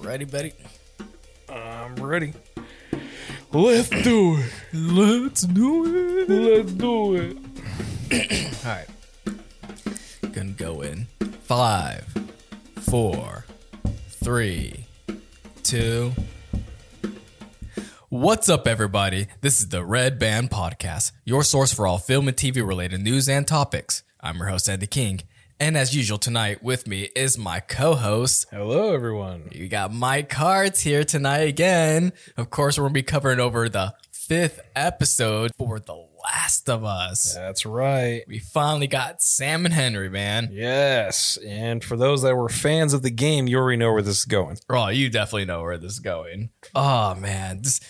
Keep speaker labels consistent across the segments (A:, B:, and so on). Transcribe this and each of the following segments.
A: Ready, buddy?
B: I'm ready. Let's do it.
A: Let's do it.
B: Let's do it.
A: All right. Gonna go in five, four, three, two. What's up, everybody? This is the Red Band Podcast, your source for all film and TV related news and topics. I'm your host, Andy King. And as usual, tonight with me is my co host.
B: Hello, everyone.
A: You got Mike Cards here tonight again. Of course, we're going to be covering over the fifth episode for The Last of Us.
B: That's right.
A: We finally got Sam and Henry, man.
B: Yes. And for those that were fans of the game, you already know where this is going.
A: Oh, you definitely know where this is going. Oh man. This-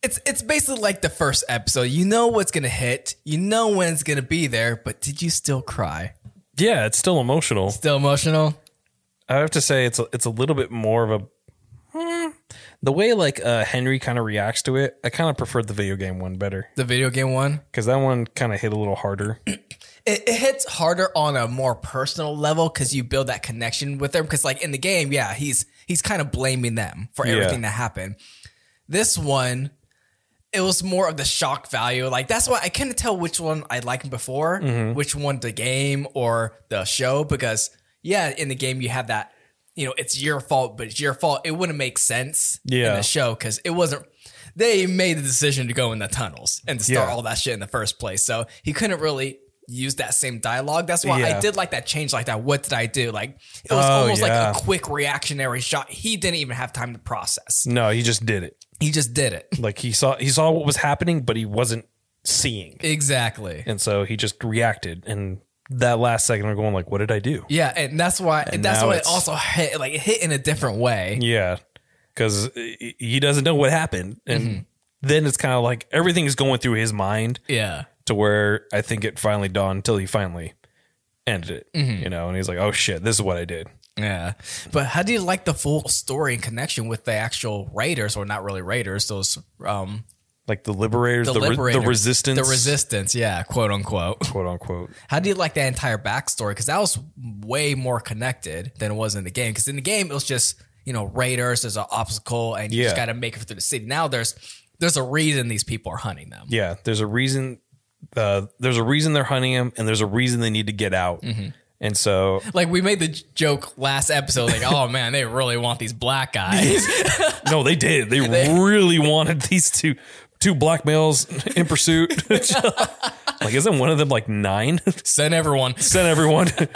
A: it's it's basically like the first episode. You know what's gonna hit, you know when it's gonna be there, but did you still cry?
B: Yeah, it's still emotional.
A: Still emotional?
B: I have to say, it's a, it's a little bit more of a. Hmm. the way like uh, Henry kind of reacts to it, I kind of preferred the video game one better
A: The video game one?
B: because that one kind of hit a little harder.
A: It, it hits harder on a more personal level because you build that connection with them. Because like in the game, yeah, he's he's kind of blaming them for everything that happened. This one, it was more of the shock value. Like that's why I couldn't tell which one I liked before, which one the game or the show. Because yeah, in the game you have that, you know, it's your fault, but it's your fault. It wouldn't make sense in
B: Yeah.
A: the show because it wasn't. They made the decision to go in the tunnels and to start
B: Yeah.
A: all that shit in the first place. So he couldn't really use that same dialogue. That's why I
B: Yeah.
A: did like that change like that. What did I do? Like it was
B: Oh,
A: almost
B: yeah.
A: like a quick reactionary shot. He didn't even have time to process.
B: no, he just did it.
A: He just did it.
B: Like he saw he saw what was happening, but he wasn't seeing,
A: Exactly.
B: and so he just reacted. And that last second, we're going like, "What did I do?"
A: Yeah, and that's why that's
B: now
A: why it
B: it's-
A: also hit like it hit in a different way.
B: Yeah, because he doesn't know what happened, and then it's kind of like everything is going through his mind
A: Yeah.
B: to where I think it finally dawned until he finally ended it. You know, and he's like, "Oh shit, this is what I did."
A: Yeah. But how do you like the full story in connection with the actual Raiders or not really Raiders, those um
B: Like the liberators,
A: the,
B: the, re-
A: Liberators,
B: the resistance,
A: The resistance, yeah, quote unquote.
B: quote unquote.
A: How do you like that entire backstory? Because that was way more connected than it was in the game. Because in the game, it was just you know raiders. There's an obstacle, and you just
B: Yeah.
A: got to make it through the city. Now there's there's a reason these people are hunting them.
B: Yeah, there's a reason. Uh, there's a reason they're hunting him, and there's a reason they need to get out. And so
A: Like we made the j- joke last episode, like, oh man, they really want these black guys.
B: No, they did. They, really wanted these two two black males in pursuit. like, isn't one of them like nine?
A: Send everyone.
B: Send everyone.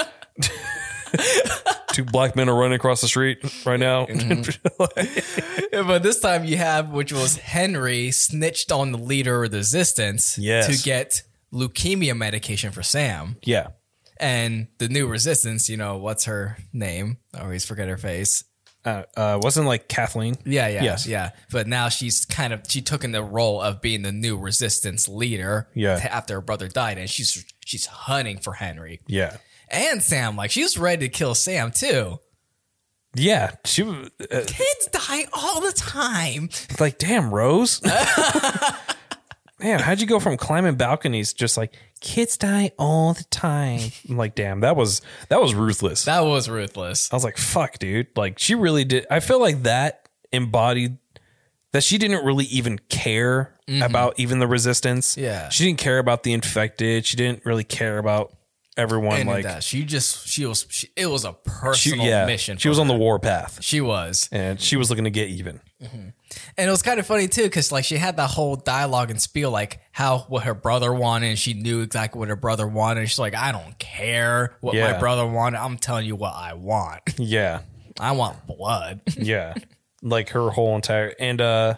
B: two black men are running across the street right now. Mm-hmm.
A: But this time you have, which was Henry snitched on the leader of the resistance
B: Yes.
A: to get leukemia medication for Sam.
B: yeah.
A: And the new resistance, you know, what's her name? I always forget her face.
B: Uh, uh, wasn't like Kathleen.
A: Yeah, yeah,
B: Yes.
A: yeah. But now she's kind of she took in the role of being the new resistance leader.
B: Yeah.
A: t- After her brother died, and she's she's hunting for Henry
B: Yeah.
A: and Sam. Like she was ready to kill Sam too.
B: Yeah. She was uh,
A: Kids die all the time.
B: like, damn, Rose. Man, how'd you go from climbing balconies just like kids die all the time? I'm like, damn, that was that was ruthless.
A: That was ruthless.
B: I was like, fuck, dude. Like, she really did. I feel like that embodied that she didn't really even care about even the resistance.
A: Mm-hmm. Yeah.
B: She didn't care about the infected. She didn't really care about everyone.
A: And
B: like,
A: that she just she was she, it was a
B: she,
A: personal
B: yeah.
A: mission.
B: She was on the war path
A: she was.
B: and she was looking to get even.
A: And it was kind of funny too, because like she had that whole dialogue and spiel, like how what her brother wanted, and she knew exactly what her brother wanted. She's like, I don't care what my
B: Yeah.
A: brother wanted. I'm telling you what I want.
B: Yeah.
A: I want blood.
B: Yeah. like, her whole entire. And, uh,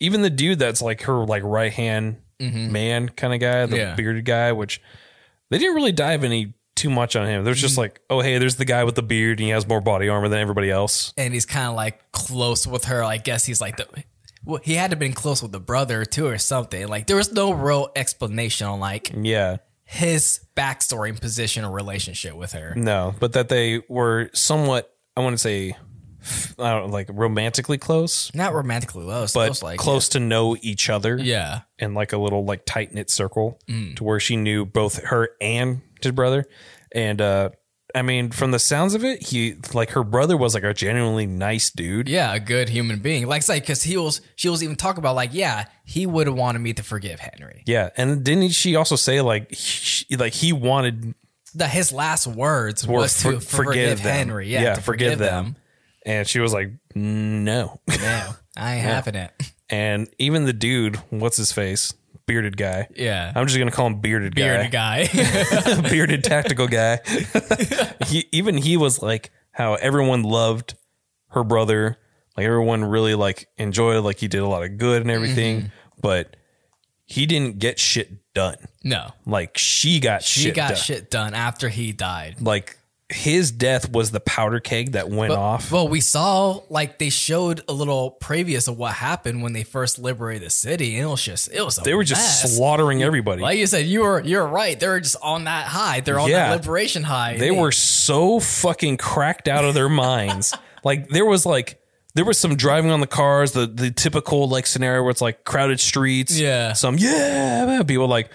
B: even the dude that's like her like right hand man kind of guy, the
A: Mm-hmm. Yeah.
B: bearded guy, which they didn't really dive any too much on him. There's
A: Mm-hmm.
B: just like, oh hey, there's the guy with the beard and he has more body armor than everybody else.
A: and he's kind of like close with her. I guess he's like the. Well, he had to been close with the brother too, or something. Like there was no real explanation on like
B: Yeah.
A: his backstory and position or relationship with her.
B: No, but that they were somewhat I want to say I don't know, like romantically close,
A: Not romantically low, so it
B: but
A: was like
B: close to know each other
A: Yeah,
B: in like a little like
A: Mm.
B: tight knit circle to where she knew both her and his brother. And uh I mean, from the sounds of it, he like her brother was like a genuinely nice dude.
A: Yeah, a good human being. Like, it's like, cause he was, she was even talking about, like, yeah, he would have wanted me to forgive Henry.
B: Yeah, and didn't she also say like, he, like he wanted
A: That his last words
B: or
A: was to
B: for- forgive
A: forgive,
B: them.
A: Henry. Yeah, to
B: forgive, them. And she was like, no.
A: No, I ain't having it.
B: and even the dude, what's his face, bearded guy.
A: Yeah.
B: I'm just gonna call him bearded guy,
A: Bearded guy.
B: bearded tactical guy. he even he was like how everyone loved her brother, like everyone really like enjoyed, like he did a lot of good and everything,
A: Mm-hmm.
B: but he didn't get shit done.
A: no.
B: Like she got
A: She
B: shit
A: got
B: done.
A: shit done after he died.
B: Like his death was the powder keg that went off.
A: Well, we saw like they showed a little previous of what happened when they first liberated the city, and it was just it was a
B: they were
A: mess.
B: just slaughtering everybody.
A: Like you said, you were you're right. They were just on that high. They're on
B: Yeah.
A: that liberation high.
B: they were so fucking cracked out of their minds. like there was like there was some driving on the cars, the the typical like scenario where it's like crowded streets.
A: Yeah.
B: Some yeah, man," people like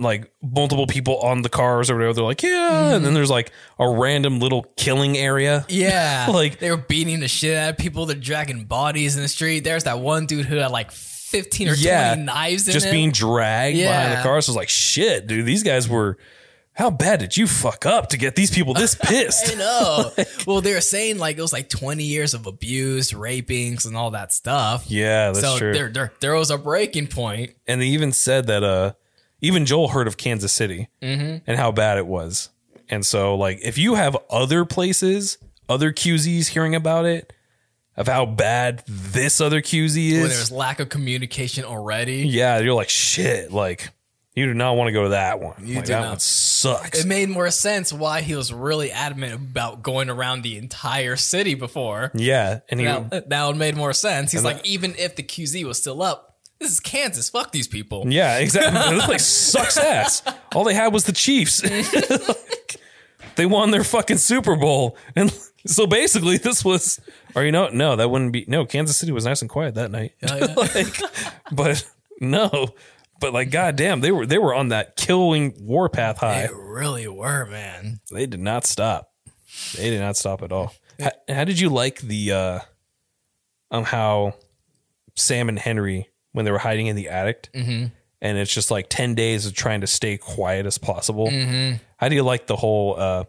B: like multiple people on the cars or whatever. They're like, yeah.
A: Mm-hmm.
B: And then there's like a random little killing area.
A: yeah,
B: Like-
A: they were beating the shit out of people. They're dragging bodies in the street. There's that one dude who had like fifteen or
B: Yeah.
A: twenty knives in
B: Just
A: him.
B: being dragged behind
A: Yeah.
B: the cars. I was like, shit, dude, these guys were how bad did you fuck up to get these people this pissed?
A: I know. well, they were saying like it was like twenty years of abuse, rapings, and all that stuff.
B: yeah, that's
A: so
B: true.
A: there, there, there was a breaking point.
B: and they even said that uh even joel heard of kansas city
A: Mm-hmm.
B: and how bad it was and so like if you have other places other qz's hearing about it of how bad this other qz
A: where there's
B: is
A: lack of communication already.
B: yeah you're like shit like you do not want to go to that one like
A: do
B: that
A: not.
B: one sucks
A: It made more sense why he was really adamant about going around the entire city before.
B: yeah and he
A: That, that would made more sense. He's like, even if the QZ was still up, this is Kansas. Fuck these people.
B: yeah exactly this place sucks ass all they had was the chiefs they won their fucking Super Bowl. And so basically, this was, or you know, no, that wouldn't be, no, Kansas City was nice and quiet that night. like, but no, but like, goddamn, they were, they were on that killing warpath high.
A: They really were, man.
B: They did not stop. They did not stop at all. How, how did you like the, uh, um, how Sam and Henry, when they were hiding in the attic,
A: Mm-hmm.
B: and it's just like 10 days of trying to stay quiet as possible.
A: Mm-hmm.
B: How do you like the whole, uh,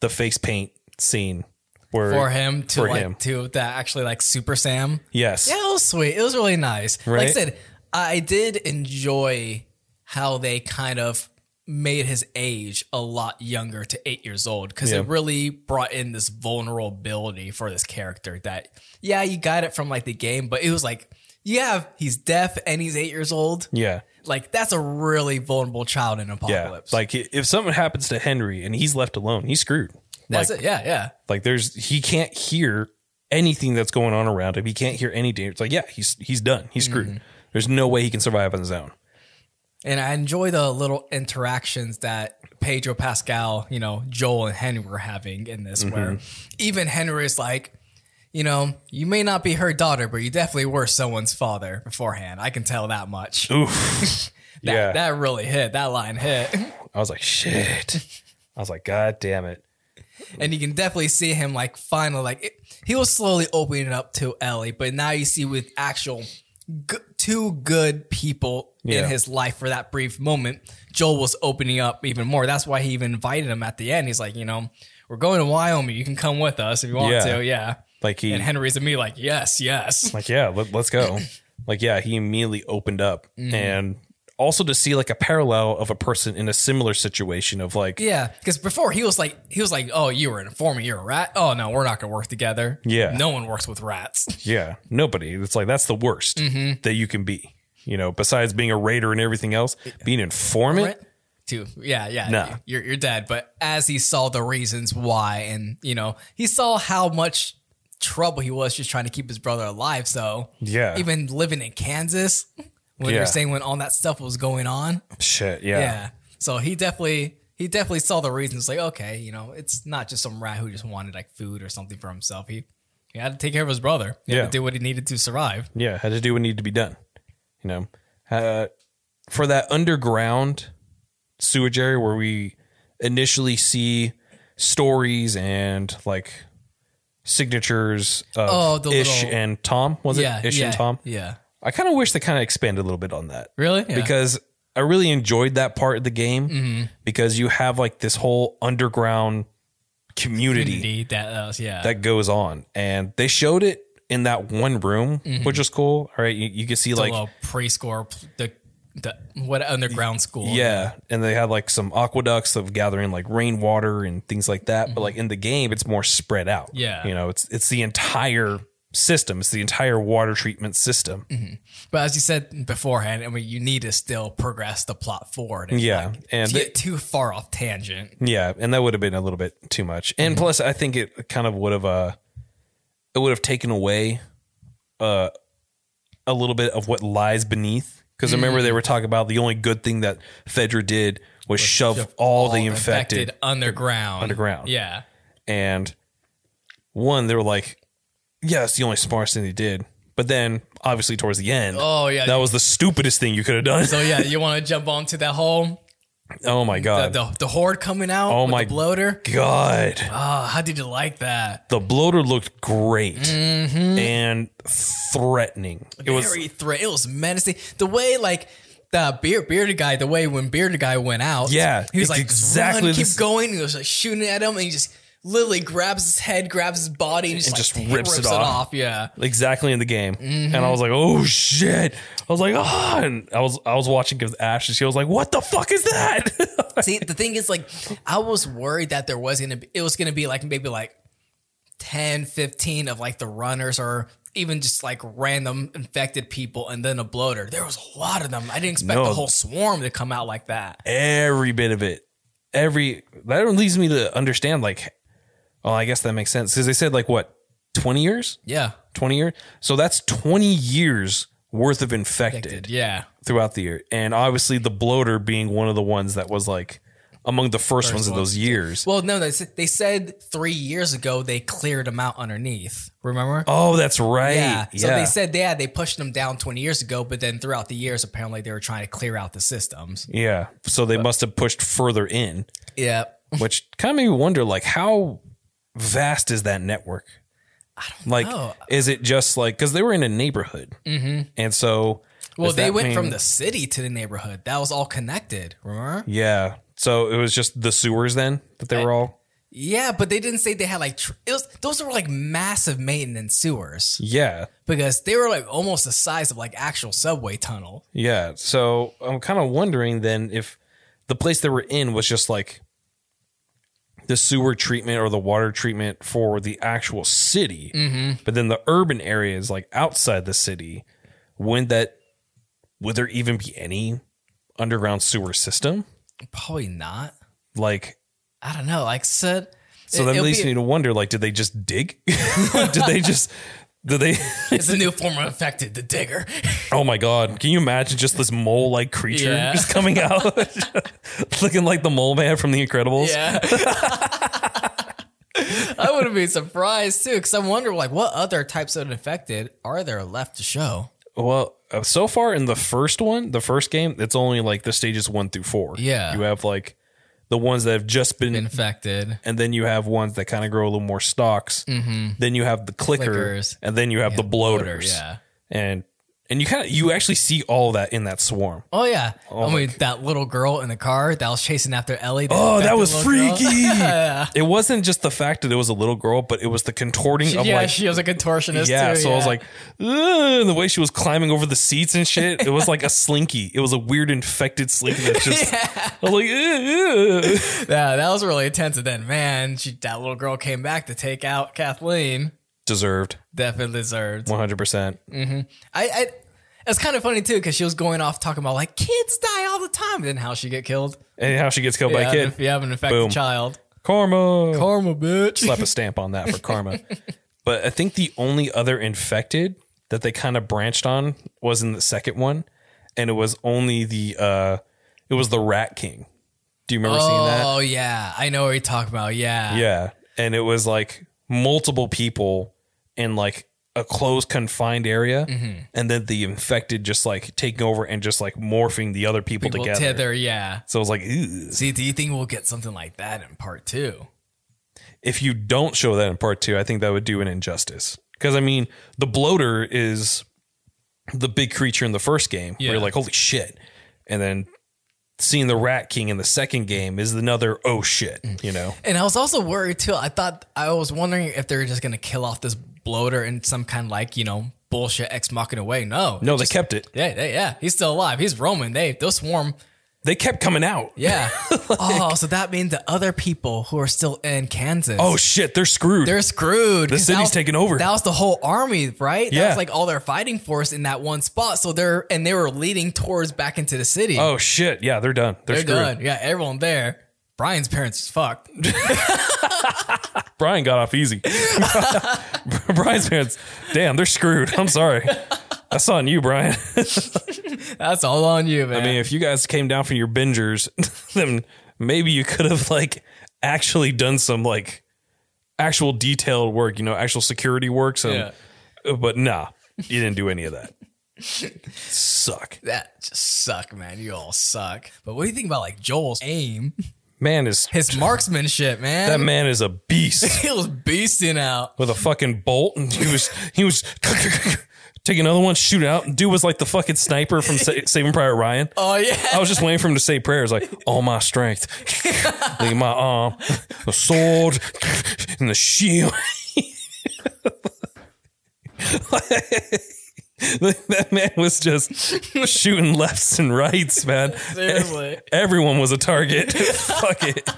B: the face paint scene where,
A: For him to
B: For
A: like
B: him.
A: to that actually like Super Sam.
B: yes,
A: Yeah, it was sweet. It was really nice. Like I
B: Right?
A: said, I did enjoy how they kind of made his age a lot younger to eight years old because
B: Yeah.
A: it really brought in this vulnerability for this character that, yeah, you got it from like the game, but it was like, yeah, he's deaf and he's eight years old.
B: yeah,
A: Like, that's a really vululnerable child in
B: yeah.
A: Apocalypse.
B: Like i- if something happens to Henry and he's left alone, he's screwed.
A: that's
B: like,
A: it. Yeah, yeah.
B: like there's, he can't hear anything that's going on around him. He can't hear any danger. It's like, yeah, he's, he's done. He's screwed.
A: Mm-hmm.
B: There's no way he can survive on his own.
A: And I enjoy the little interactions that Pedro Pascal, you know, Joel and Henry were having in this,
B: Mm-hmm.
A: where even Henry is like, you know, you may not be her daughter, but you definitely were someone's father beforehand. I can tell that much.
B: Oof.
A: That,
B: yeah.
A: that really hit. That line hit.
B: I was like, shit. I was like, God damn it.
A: and you can definitely see him like finally like it, he was slowly opening up to Ellie, but now you see with actual g- two good people
B: Yeah.
A: in his life for that brief moment, Joel was opening up even more. That's why he even invited him at the end. He's like, you know, we're going to Wyoming. You can come with us if you want
B: Yeah.
A: to. Yeah.
B: Like he,
A: And Henry's and me like, yes, yes.
B: like, yeah, let, us go. like, yeah, he immediately opened up
A: Mm-hmm.
B: and also to see like a parallel of a person in a similar situation of like,
A: Yeah, because before he was like, he was like, oh, you were an informant, you're a rat. Oh no, we're not gonna work together.
B: Yeah.
A: no one works with rats.
B: Yeah, nobody. It's like that's the worst
A: Mm-hmm.
B: that you can be. You know, besides being a raider and everything else, being an informant.
A: Brent, too. Yeah, yeah.
B: Nah.
A: You're you're dead. But as he saw the reasons why and you know, he saw how much trouble he was just trying to keep his brother alive. So
B: Yeah.
A: Even living in Kansas when
B: Yeah.
A: you're saying when all that stuff was going on.
B: Shit.
A: Yeah.
B: Yeah.
A: So he definitely he definitely saw the reasons like, okay, you know, it's not just some rat who just wanted like food or something for himself. He he had to take care of his brother. He had
B: Yeah.
A: to do what he needed to survive.
B: Yeah. Had to do what needed to be done. You know, uh, for that underground sewage area where we initially see stories and like signatures of
A: Oh, the
B: Ish
A: little-
B: and Tom. Was
A: yeah,
B: it Ish
A: yeah,
B: and Tom?
A: Yeah.
B: I kind of wish they kind of expanded a little bit on that.
A: Really? Yeah. Mm-hmm.
B: Because I really enjoyed that part of the game because you have like this whole underground community
A: Indeed, that, that was, yeah.
B: that goes on. And they showed it in that one room, which was cool. All right. You, you can see
A: the
B: like,
A: little preschool, pl- the, the what underground school.
B: yeah. And they had like some aqueducts of gathering like rainwater and things like that. But like in the game, it's more spread out.
A: Yeah.
B: You know, it's, it's the entire system, it's the entire water treatment system.
A: But as you said beforehand, I mean, you need to still progress the plot forward. And
B: Yeah. And
A: To
B: they-
A: get too far off tangent.
B: Yeah, and that would have been a little bit too much. And plus, I think it kind of would have uh, it would have taken away uh, a little bit of what lies beneath. Because remember, they were talking about the only good thing that Fedra did was shove all, the infected,
A: underground.
B: underground.
A: Yeah.
B: and one they were like, "Yeah, it's the only smartest thing they did." But then, obviously, towards the end,
A: Oh, yeah.
B: that was the stupidest thing you could have done.
A: So yeah, you want to jump onto that whole
B: oh my
A: the,
B: god,
A: the, the horde coming out?
B: Oh
A: with
B: my-
A: the bloater.
B: god.
A: Oh, how did you like that?
B: the bloater looked great and threatening. It was
A: Very threat. It was menacing. The way like the beard bearded guy, the way when bearded guy went out,
B: Yeah,
A: he was
B: it's
A: like exactly
B: exactly
A: run,
B: this-
A: keep going. He was like shooting at him, and he just literally grabs his head, grabs his body, and just,
B: And
A: like,
B: just rips it off.
A: Yeah,
B: exactly in the game, and I was like, "Oh shit!" I was like, "Ah!" And I was I was watching because Ash and she was like, "What the fuck is that?"
A: See, the thing is, like, I was worried that there was gonna be, it was gonna be like maybe like 10, 15 of like the runners or even just like random infected people and then a bloater. There was a lot of them. I didn't expect
B: No.
A: the whole swarm to come out like that.
B: Every bit of it, every that leads me to understand. Like, well, I guess that makes sense because they said like what twenty years,
A: Yeah.
B: twenty years. So that's twenty years worth of infected.
A: Yeah.
B: throughout the year. And obviously the bloater being one of the ones that was like among the first, ones of those years.
A: Well, no, they s- they said three years ago they cleared them out underneath. Remember?
B: Oh, that's right.
A: yeah.
B: Yeah.
A: So they said, yeah, they pushed them down 20 years ago, but then throughout the years, apparently they were trying to clear out the systems.
B: yeah. So they must have pushed further in,
A: Yeah.
B: which kind of made me wonder like how vast is that network? I don't like,
A: know.
B: is it just like because they were in a neighborhood, mm-hmm. and so
A: Well,
B: does
A: they
B: that
A: went from
B: mean-
A: the city to the neighborhood. That was all connected, remember?
B: yeah. So it was just the sewers then that they were all
A: Yeah, but they didn't say they had like tr- it was, those were like massive maintenance sewers
B: yeah
A: because they were like almost the size of like actual subway tunnel.
B: Yeah. So I'm kind of wondering then if the place they were in was just like the sewer treatment or the water treatment for the actual city,
A: Mm-hmm.
B: but then the urban areas like outside the city, would that would there even be any underground sewer system?
A: Probably not.
B: Like,
A: I don't know. Like I said,
B: so that
A: it'll
B: leads
A: be-
B: me to wonder: like, did they just dig? did they just? Did they?
A: it's a new form of infected, the digger.
B: Oh my god! Can you imagine just this mole-like creature
A: Yeah.
B: just coming out, looking like the mole man from The Incredibles?
A: Yeah. I would have been surprised too, because I wonder like what other types of infected are there left to show?
B: Well, uh, so far in the first one, the first game, it's only like the stages one through four.
A: Yeah.
B: you have like the ones that have just been,
A: Infected.
B: and then you have ones that kind of grow a little more stalks. Mm-hmm. Then you have the clicker,
A: Clickers.
B: and then you have the bloaters.
A: yeah.
B: and and you kind of you actually see all that in that swarm.
A: Oh yeah. I mean that little girl in the car that was chasing after Ellie.
B: Oh, that
A: infected
B: was
A: little girl.
B: freaky! It wasn't just the fact that it was a little girl, but it was the contorting of
A: yeah,
B: like
A: she was a contortionist.
B: Yeah,
A: too,
B: so I was like, "Ugh," and the way she was climbing over the seats and shit, it was like a slinky. It was a weird infected slinky that's just. I was like, "Ugh, ugh."
A: yeah, that was really intense. And then, man, she, that little girl came back to take out Kathleen.
B: deserved
A: Definitely deserved.
B: one hundred percent.
A: I, I it's kind of funny too because she was going off talking about like kids die all the time. And then how she get killed?
B: And how she gets killed by
A: Yeah,
B: a kid,
A: if you have an infected
B: Boom.
A: child,
B: karma.
A: karma, bitch.
B: Slap a stamp on that for karma. but I think the only other infected that they kind of branched on was in the second one, and it was only the uh, it was the Rat King. Do you remember seeing that?
A: Oh yeah, I know what you're talking about. Yeah,
B: Yeah. And it was like multiple people in like a closed confined area and then the infected just like taking over and just like morphing the other people,
A: people
B: together.
A: tether. Yeah.
B: So it was like, "Ew."
A: See, do you think we'll get something like that in part two?
B: if you don't show that in part two, I think that would do an injustice. Because I mean, the bloater is the big creature in the first game. Where
C: Yeah.
B: you're like, holy shit. And then seeing the Rat King in the second game is another oh shit, you know.
A: And I was also worried too. I thought I was wondering if they were just gonna kill off this bloater in some kind of like you know bullshit ex machina way. No,
B: No, they kept it.
A: yeah, yeah, yeah. He's still alive. He's Roman. They they'll swarm.
B: They kept coming out.
A: Yeah. oh, so that means the other people who are still in Kansas.
B: Oh shit, they're screwed.
A: They're screwed. The
B: city's taken over.
A: That was the whole army, right? That
B: Yeah.
A: was like all their fighting force in that one spot. So they're and they were leading towards back into the city.
B: oh shit, yeah, they're done. They're,
A: they're
B: screwed.
A: done. Yeah, everyone there. Brian's parents is fucked.
B: Brian got off easy. Brian's parents, damn, they're screwed. I'm sorry. That's on you, Brian.
A: That's all on you, man.
B: I mean, if you guys came down from your bingers, then maybe you could have like actually done some like actual detailed work, you know, actual security work. So, but nah, you didn't do any of that. Suck.
A: that just suck, man. You all suck. But what do you think about like Joel's aim?
B: Man is
A: His marksmanship, man.
B: that man is a beast
A: he was beasting out.
B: with a fucking bolt, and he was he was. Take another one, shoot out. Dude was like the fucking sniper from Sa- Saving Private Ryan.
A: Oh yeah.
B: I was just waiting for him to say prayers, like all my strength, leave my arm, the sword, and the shield. that man was just shooting lefts and rights, man.
A: Seriously.
B: Everyone was a target. Fuck it.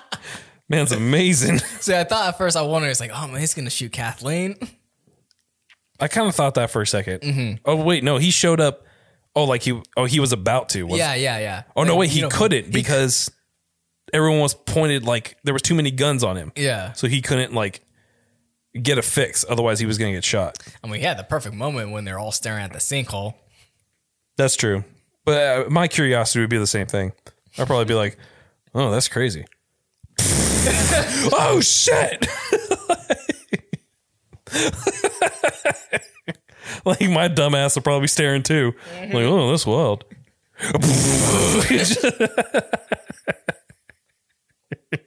B: Man's amazing.
A: See, I thought at first I wondered, it's like, oh man, he's gonna shoot Kathleen.
B: I kind of thought that for a 2nd
A: Mm-hmm.
B: Oh wait, no, he showed up. Oh, like he. Oh, he was about to. wasn't
A: Yeah, yeah, yeah.
B: Oh no,
A: Like,
B: wait,
A: you
B: he
A: know-
B: couldn't because everyone was pointed like there was too many guns on him.
A: Yeah.
B: So he couldn't like get a fix, otherwise he was gonna get shot.
A: I mean, he had the perfect moment when they're all staring at the sinkhole.
B: That's true. But uh, my curiosity would be the same thing. I'd probably be like, "Oh, that's crazy." oh shit! like my dumbass would probably be staring too.
A: Mm-hmm.
B: Like, oh, that's wild.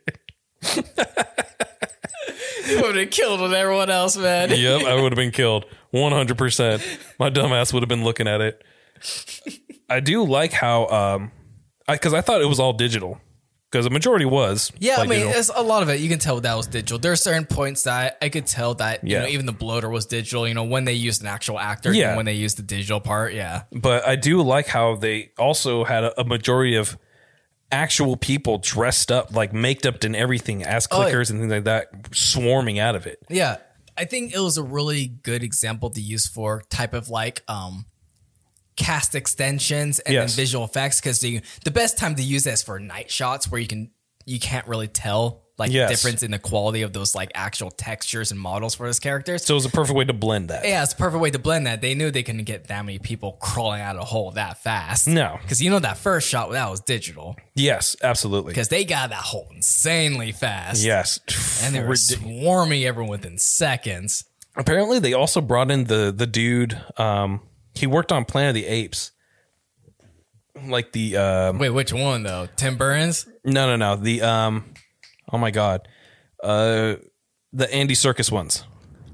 A: He would have killed with everyone else, man.
B: yep, I would have been killed. 100%. My dumbass would have been looking at it. I do like how, um, I, cause I thought it was all digital because the majority was.
A: Yeah, I
B: like,
A: mean,
B: digital.
A: it's a lot of it. You can tell that was digital. There are certain points that I, I could tell that you
B: Yeah.
A: know even the bloater was digital. You know when they used an actual actor,
B: Yeah.
A: and when they used the digital part, yeah,
B: but I do like how they also had a, a majority of actual people dressed up, like maked up and everything as
A: Oh, yeah.
B: clickers and things like that swarming out of it.
A: yeah. I think it was a really good example to use for type of like um cast extensions and
B: Yes.
A: then visual effects because the the best time to use this for night shots where you can you can't really tell like
B: Yes.
A: difference in the quality of those like actual textures and models for those characters.
B: So it was a perfect way to blend that.
A: Yeah, it's a perfect way to blend that. They knew they couldn't get that many people crawling out of a hole that fast.
B: No.
A: Because you know that first shot, that was digital.
B: Yes, absolutely.
A: Because they got that hole insanely fast.
B: Yes.
A: And they were
B: Ridiculous.
A: swarming everyone within seconds.
B: apparently they also brought in the the dude um he worked on planet of the apes like the um
A: Wait, which one though? Tim Burns?
B: no no no the um oh my god uh the andy circus ones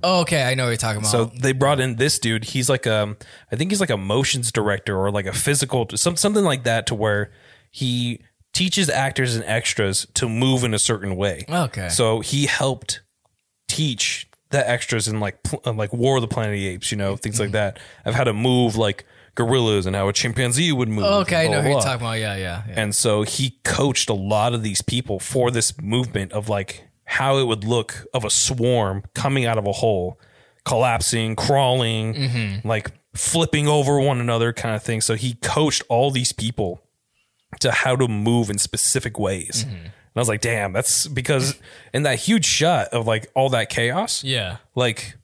A: Oh, okay, I know what you're talking about.
B: so they brought in this dude he's like um i think he's like a motions director or like a physical some, something like that to where he teaches actors and extras to move in a certain way
A: okay.
B: so he helped teach the extras in like pl- uh, like War of the Planet of the Apes, you know, things like
A: Mm-hmm.
B: that, of how to move like gorillas and how a chimpanzee would move.
A: okay, I
B: and
A: know
B: blah,
A: who you're
B: blah,
A: talking about. Yeah, yeah. yeah.
B: And so he coached a lot of these people for this movement of like how it would look of a swarm coming out of a hole, collapsing, crawling,
A: Mm-hmm.
B: like flipping over one another kind of thing. So he coached all these people to how to move in specific ways.
A: Mm-hmm.
B: And I was like, damn, that's because in that huge shot of like all that chaos,
A: yeah.
B: like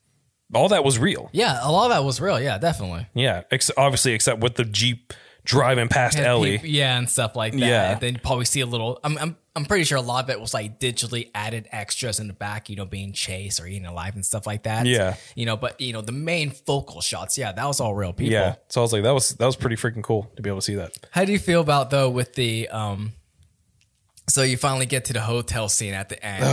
B: all that was real.
A: Yeah, a lot of that was real. Yeah, definitely.
B: Yeah. Ex- obviously, except with the Jeep driving past
A: And
B: Ellie.
A: peop- yeah, and stuff like that.
B: Yeah.
A: Then you probably see a little. I'm, I'm, I'm pretty sure a lot of it was like digitally added extras in the back, you know, being chased or eaten alive and stuff like that.
B: Yeah.
A: You know, but you know, the main focal shots, yeah, that was all real people.
B: Yeah. So I was like, that was that was pretty freaking cool to be able to see that.
A: How do you feel about though with the um? So you finally get to the hotel scene at the end.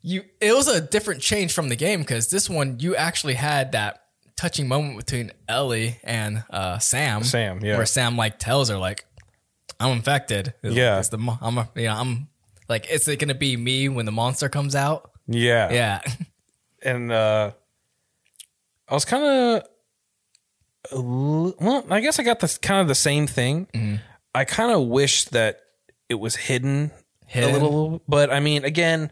A: you it was a different change from the game because this one you actually had that touching moment between Ellie and uh, Sam.
B: Sam, yeah.
A: Where Sam like tells her like, "I'm infected." It's like,
B: Yeah.
A: it's the mo- I'm a, you know I'm like, is it gonna be me when the monster comes out?
B: Yeah.
A: Yeah,
B: and uh I was kind of well, I guess I got the kind of the same thing.
A: Mm-hmm.
B: I kind of wish that it was hidden,
A: Hidden?
B: a little, but I mean, again,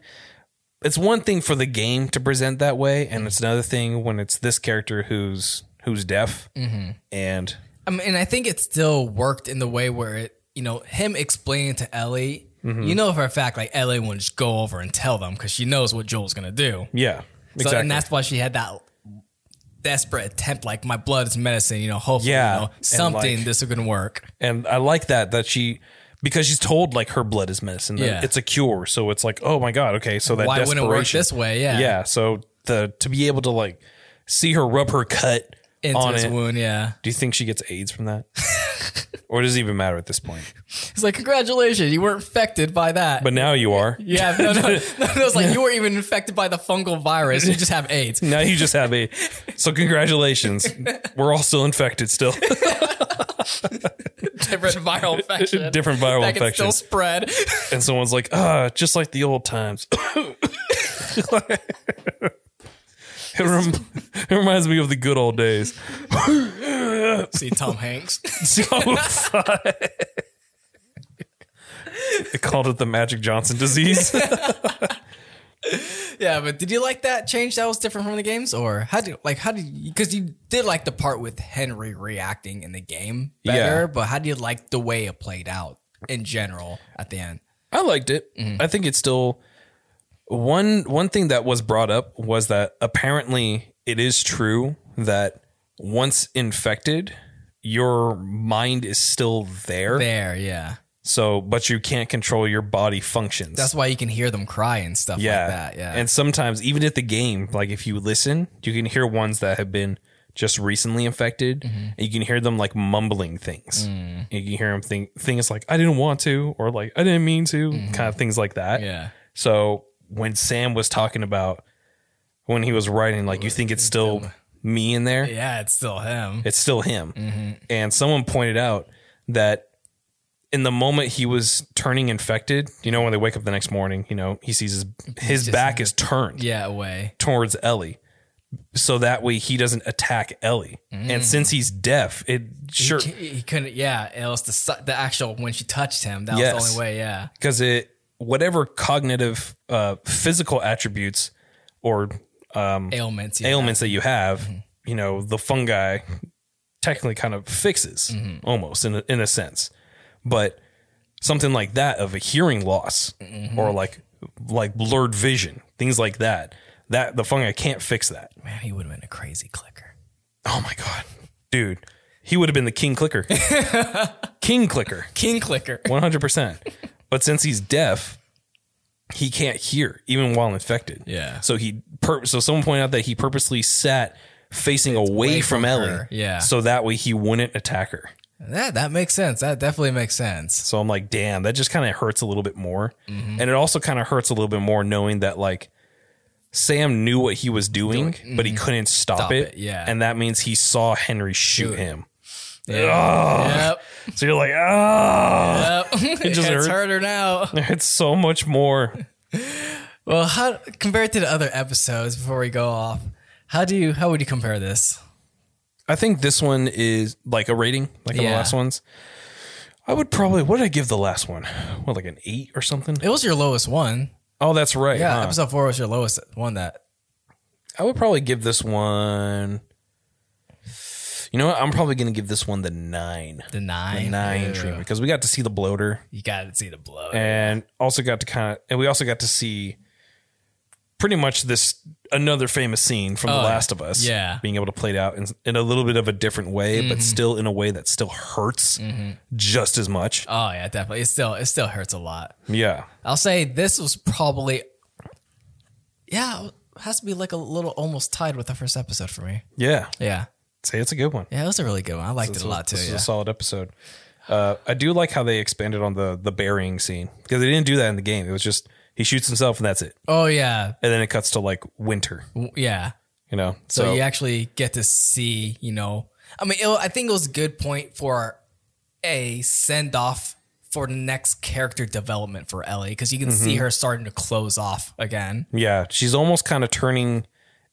B: it's one thing for the game to present that way, and it's another thing when it's this character who's who's deaf
A: Mm-hmm.
B: and
A: I mean, and I think it still worked in the way where it you know him explaining to Ellie.
B: Mm-hmm.
A: You know for a fact, like Ellie wouldn't just go over and tell them because she knows what Joel's gonna do.
B: yeah,
A: So,
B: exactly.
A: and that's why she had that desperate attempt, like my blood is medicine. You know, hopefully,
B: Yeah,
A: you know,
B: and
A: something
B: like-
A: this is gonna work.
B: and I like that that she because she's told like her blood is medicine, that
A: Yeah.
B: it's a cure, so it's like oh my god, okay, so that
A: Why
B: desperation,
A: wouldn't it work this way? Yeah,
B: yeah so the to be able to like see her rub her cut
A: into
B: on
A: his
B: it
A: wound. Yeah,
B: do you think she gets aids from that or does it even matter at this point
A: It's like, congratulations, you weren't infected by that.
B: but now you are
A: yeah, no, no, no, no, it's like you weren't even infected by the fungal virus. You just have AIDS.
B: now you just have a so congratulations we're all still infected still
A: Different viral infection.
B: different viral
A: that can
B: infection
A: still spread.
B: and someone's like ah just like the old times It, rem- it reminds me of the good old days.
A: See Tom Hanks.
B: So fun. they called it the Magic Johnson disease.
A: yeah, but did you like that change? That was different from the games, or how did like how did because you did like the part with Henry reacting in the game better,
B: Yeah.
A: but how do you like the way it played out in general at the end?
B: I liked it. I think it's still one one thing that was brought up was that apparently it is true that once infected, your mind is still there.
A: There, yeah,
B: So, but you can't control your body functions.
A: that's why you can hear them cry and stuff
B: yeah.
A: like that. Yeah,
B: And sometimes even at the game, like if you listen, you can hear ones that have been just recently infected
A: Mm-hmm.
B: and you can hear them like mumbling things.
A: Mm.
B: And you can hear them think things like I didn't want to or like I didn't mean to, kind of things like that.
A: Mm-hmm. yeah,
B: So when Sam was talking about when he was writing, like you think it's still me in there,
A: yeah. It's still him.
B: it's still him.
A: Mm-hmm.
B: And someone pointed out that in the moment he was turning infected, you know, when they wake up the next morning, you know, he sees his his back is turned
A: Yeah, way.
B: towards Ellie. So that way he doesn't attack Ellie. And since he's deaf, it sure
A: Mm. He, he couldn't. Yeah, it was the su- the actual when she touched him. That was
B: Yes.
A: the only way. Yeah,
B: because it whatever cognitive uh, physical attributes or um,
A: ailments. Yeah.
B: ailments that you have, you know, the fungi technically kind of fixes almost in a, in a sense. But something like that of a hearing loss or like like blurred vision, things like that, that the fungi can't fix that.
A: Man, he would have been a crazy clicker.
B: Oh my god. Dude, he would have been the king clicker. king clicker.
A: King clicker.
B: 100%. but since he's deaf, he can't hear even while infected.
A: Yeah.
B: So he pur- so someone pointed out that he purposely sat facing away from,
A: from
B: Ellie.
A: her, yeah.
B: So that way he wouldn't attack her.
A: That that makes sense. That definitely makes sense.
B: So I'm like, damn, that just kind of hurts a little bit more.
A: Mm-hmm.
B: And it also kind of hurts a little bit more knowing that like Sam knew what he was doing, but he couldn't stop,
A: Mm-hmm. Stop
B: it.
A: it, yeah.
B: And that means he saw Henry shoot him.
A: Yep.
B: So you're like, ah,
A: yep. it
B: just
A: Uh, it's
B: hurts.
A: harder now.
B: it's so much more.
A: Well, how compared to the other episodes before we go off, how do you how would you compare this?
B: I think this one is like a rating, like on the
A: Yeah.
B: last ones. I would probably what did I give the last one? What like an eight or something?
A: It was your lowest one.
B: Oh, that's right.
A: Yeah,
B: huh?
A: episode four was your lowest one. That
B: I would probably give this one. You know what? I'm probably going to give this one the nine,
A: the nine.
B: the nine treatment because we got to see the bloater
A: You got to see the blow.
B: and also got to kind of and we also got to see pretty much this another famous scene from The Last of Us.
A: yeah.
B: being able to play it out in, in a little bit of a different way, but still in a way that still hurts just as much.
A: Oh yeah, definitely. It still it still hurts a lot.
B: Yeah.
A: I'll say this was probably, yeah, it has to be like a little almost tied with the first episode for me.
B: Yeah.
A: Yeah.
B: Say it's a good one.
A: Yeah, it was a really good one. I liked it a lot too.
B: This is
A: Yeah.
B: a solid episode. Uh, I do like how they expanded on the the burying scene because they didn't do that in the game. It was just He shoots himself, and that's it.
A: Oh yeah,
B: And then it cuts to like winter.
A: W- yeah.
B: You know,
A: So,
B: so,
A: you actually get to see, you know, I mean, it, I think it was a good point for a send off for the next character development for Ellie because you can
B: Mm-hmm.
A: see her starting to close off again.
B: yeah, she's almost kind of turning.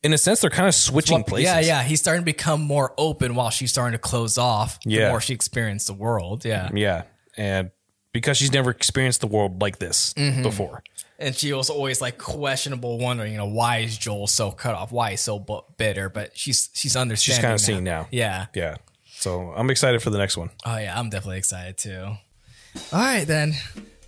B: In a sense, they're kind of switching places.
A: Yeah, yeah. He's starting to become more open while she's starting to close off the
B: Yeah. Mm-hmm.
A: more she experienced the world. Yeah.
B: Yeah. And because she's never experienced the world like this
A: Mm-hmm.
B: before.
A: And she was always like questionable, wondering, you know, why is Joel so cut off? Why is so bu- bitter? But she's she's understanding.
B: kinda seeing now.
A: Yeah.
B: Yeah. So I'm excited for the next one.
A: Oh yeah, I'm definitely excited too. All right, then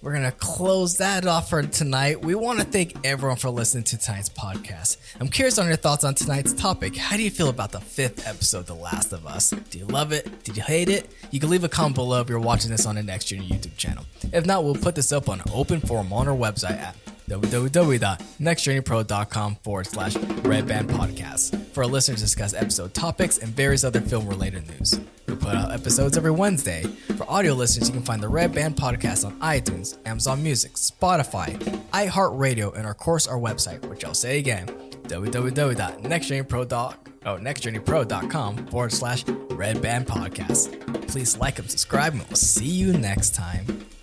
A: we're gonna close that off for tonight. We want to thank everyone for listening to tonight's podcast. I'm curious on your thoughts on tonight's topic. How do you feel about the fifth episode, The Last of Us? Do you love it? Did you hate it? You can leave a comment below if you're watching this on the next gen YouTube channel. If not, we'll put this up on an open forum on our website at www.nextjourneypro.com forward slash red band podcast for our listeners to discuss episode topics and various other film related news. We put out episodes every Wednesday. For audio listeners, you can find the Red Band podcast on iTunes, Amazon Music, Spotify, iHeartRadio, and of course our website, which I'll say again www.nextjourneypro.com oh, nextjourneypro.com forward slash red band podcast. Please like and subscribe, and we'll see you next time.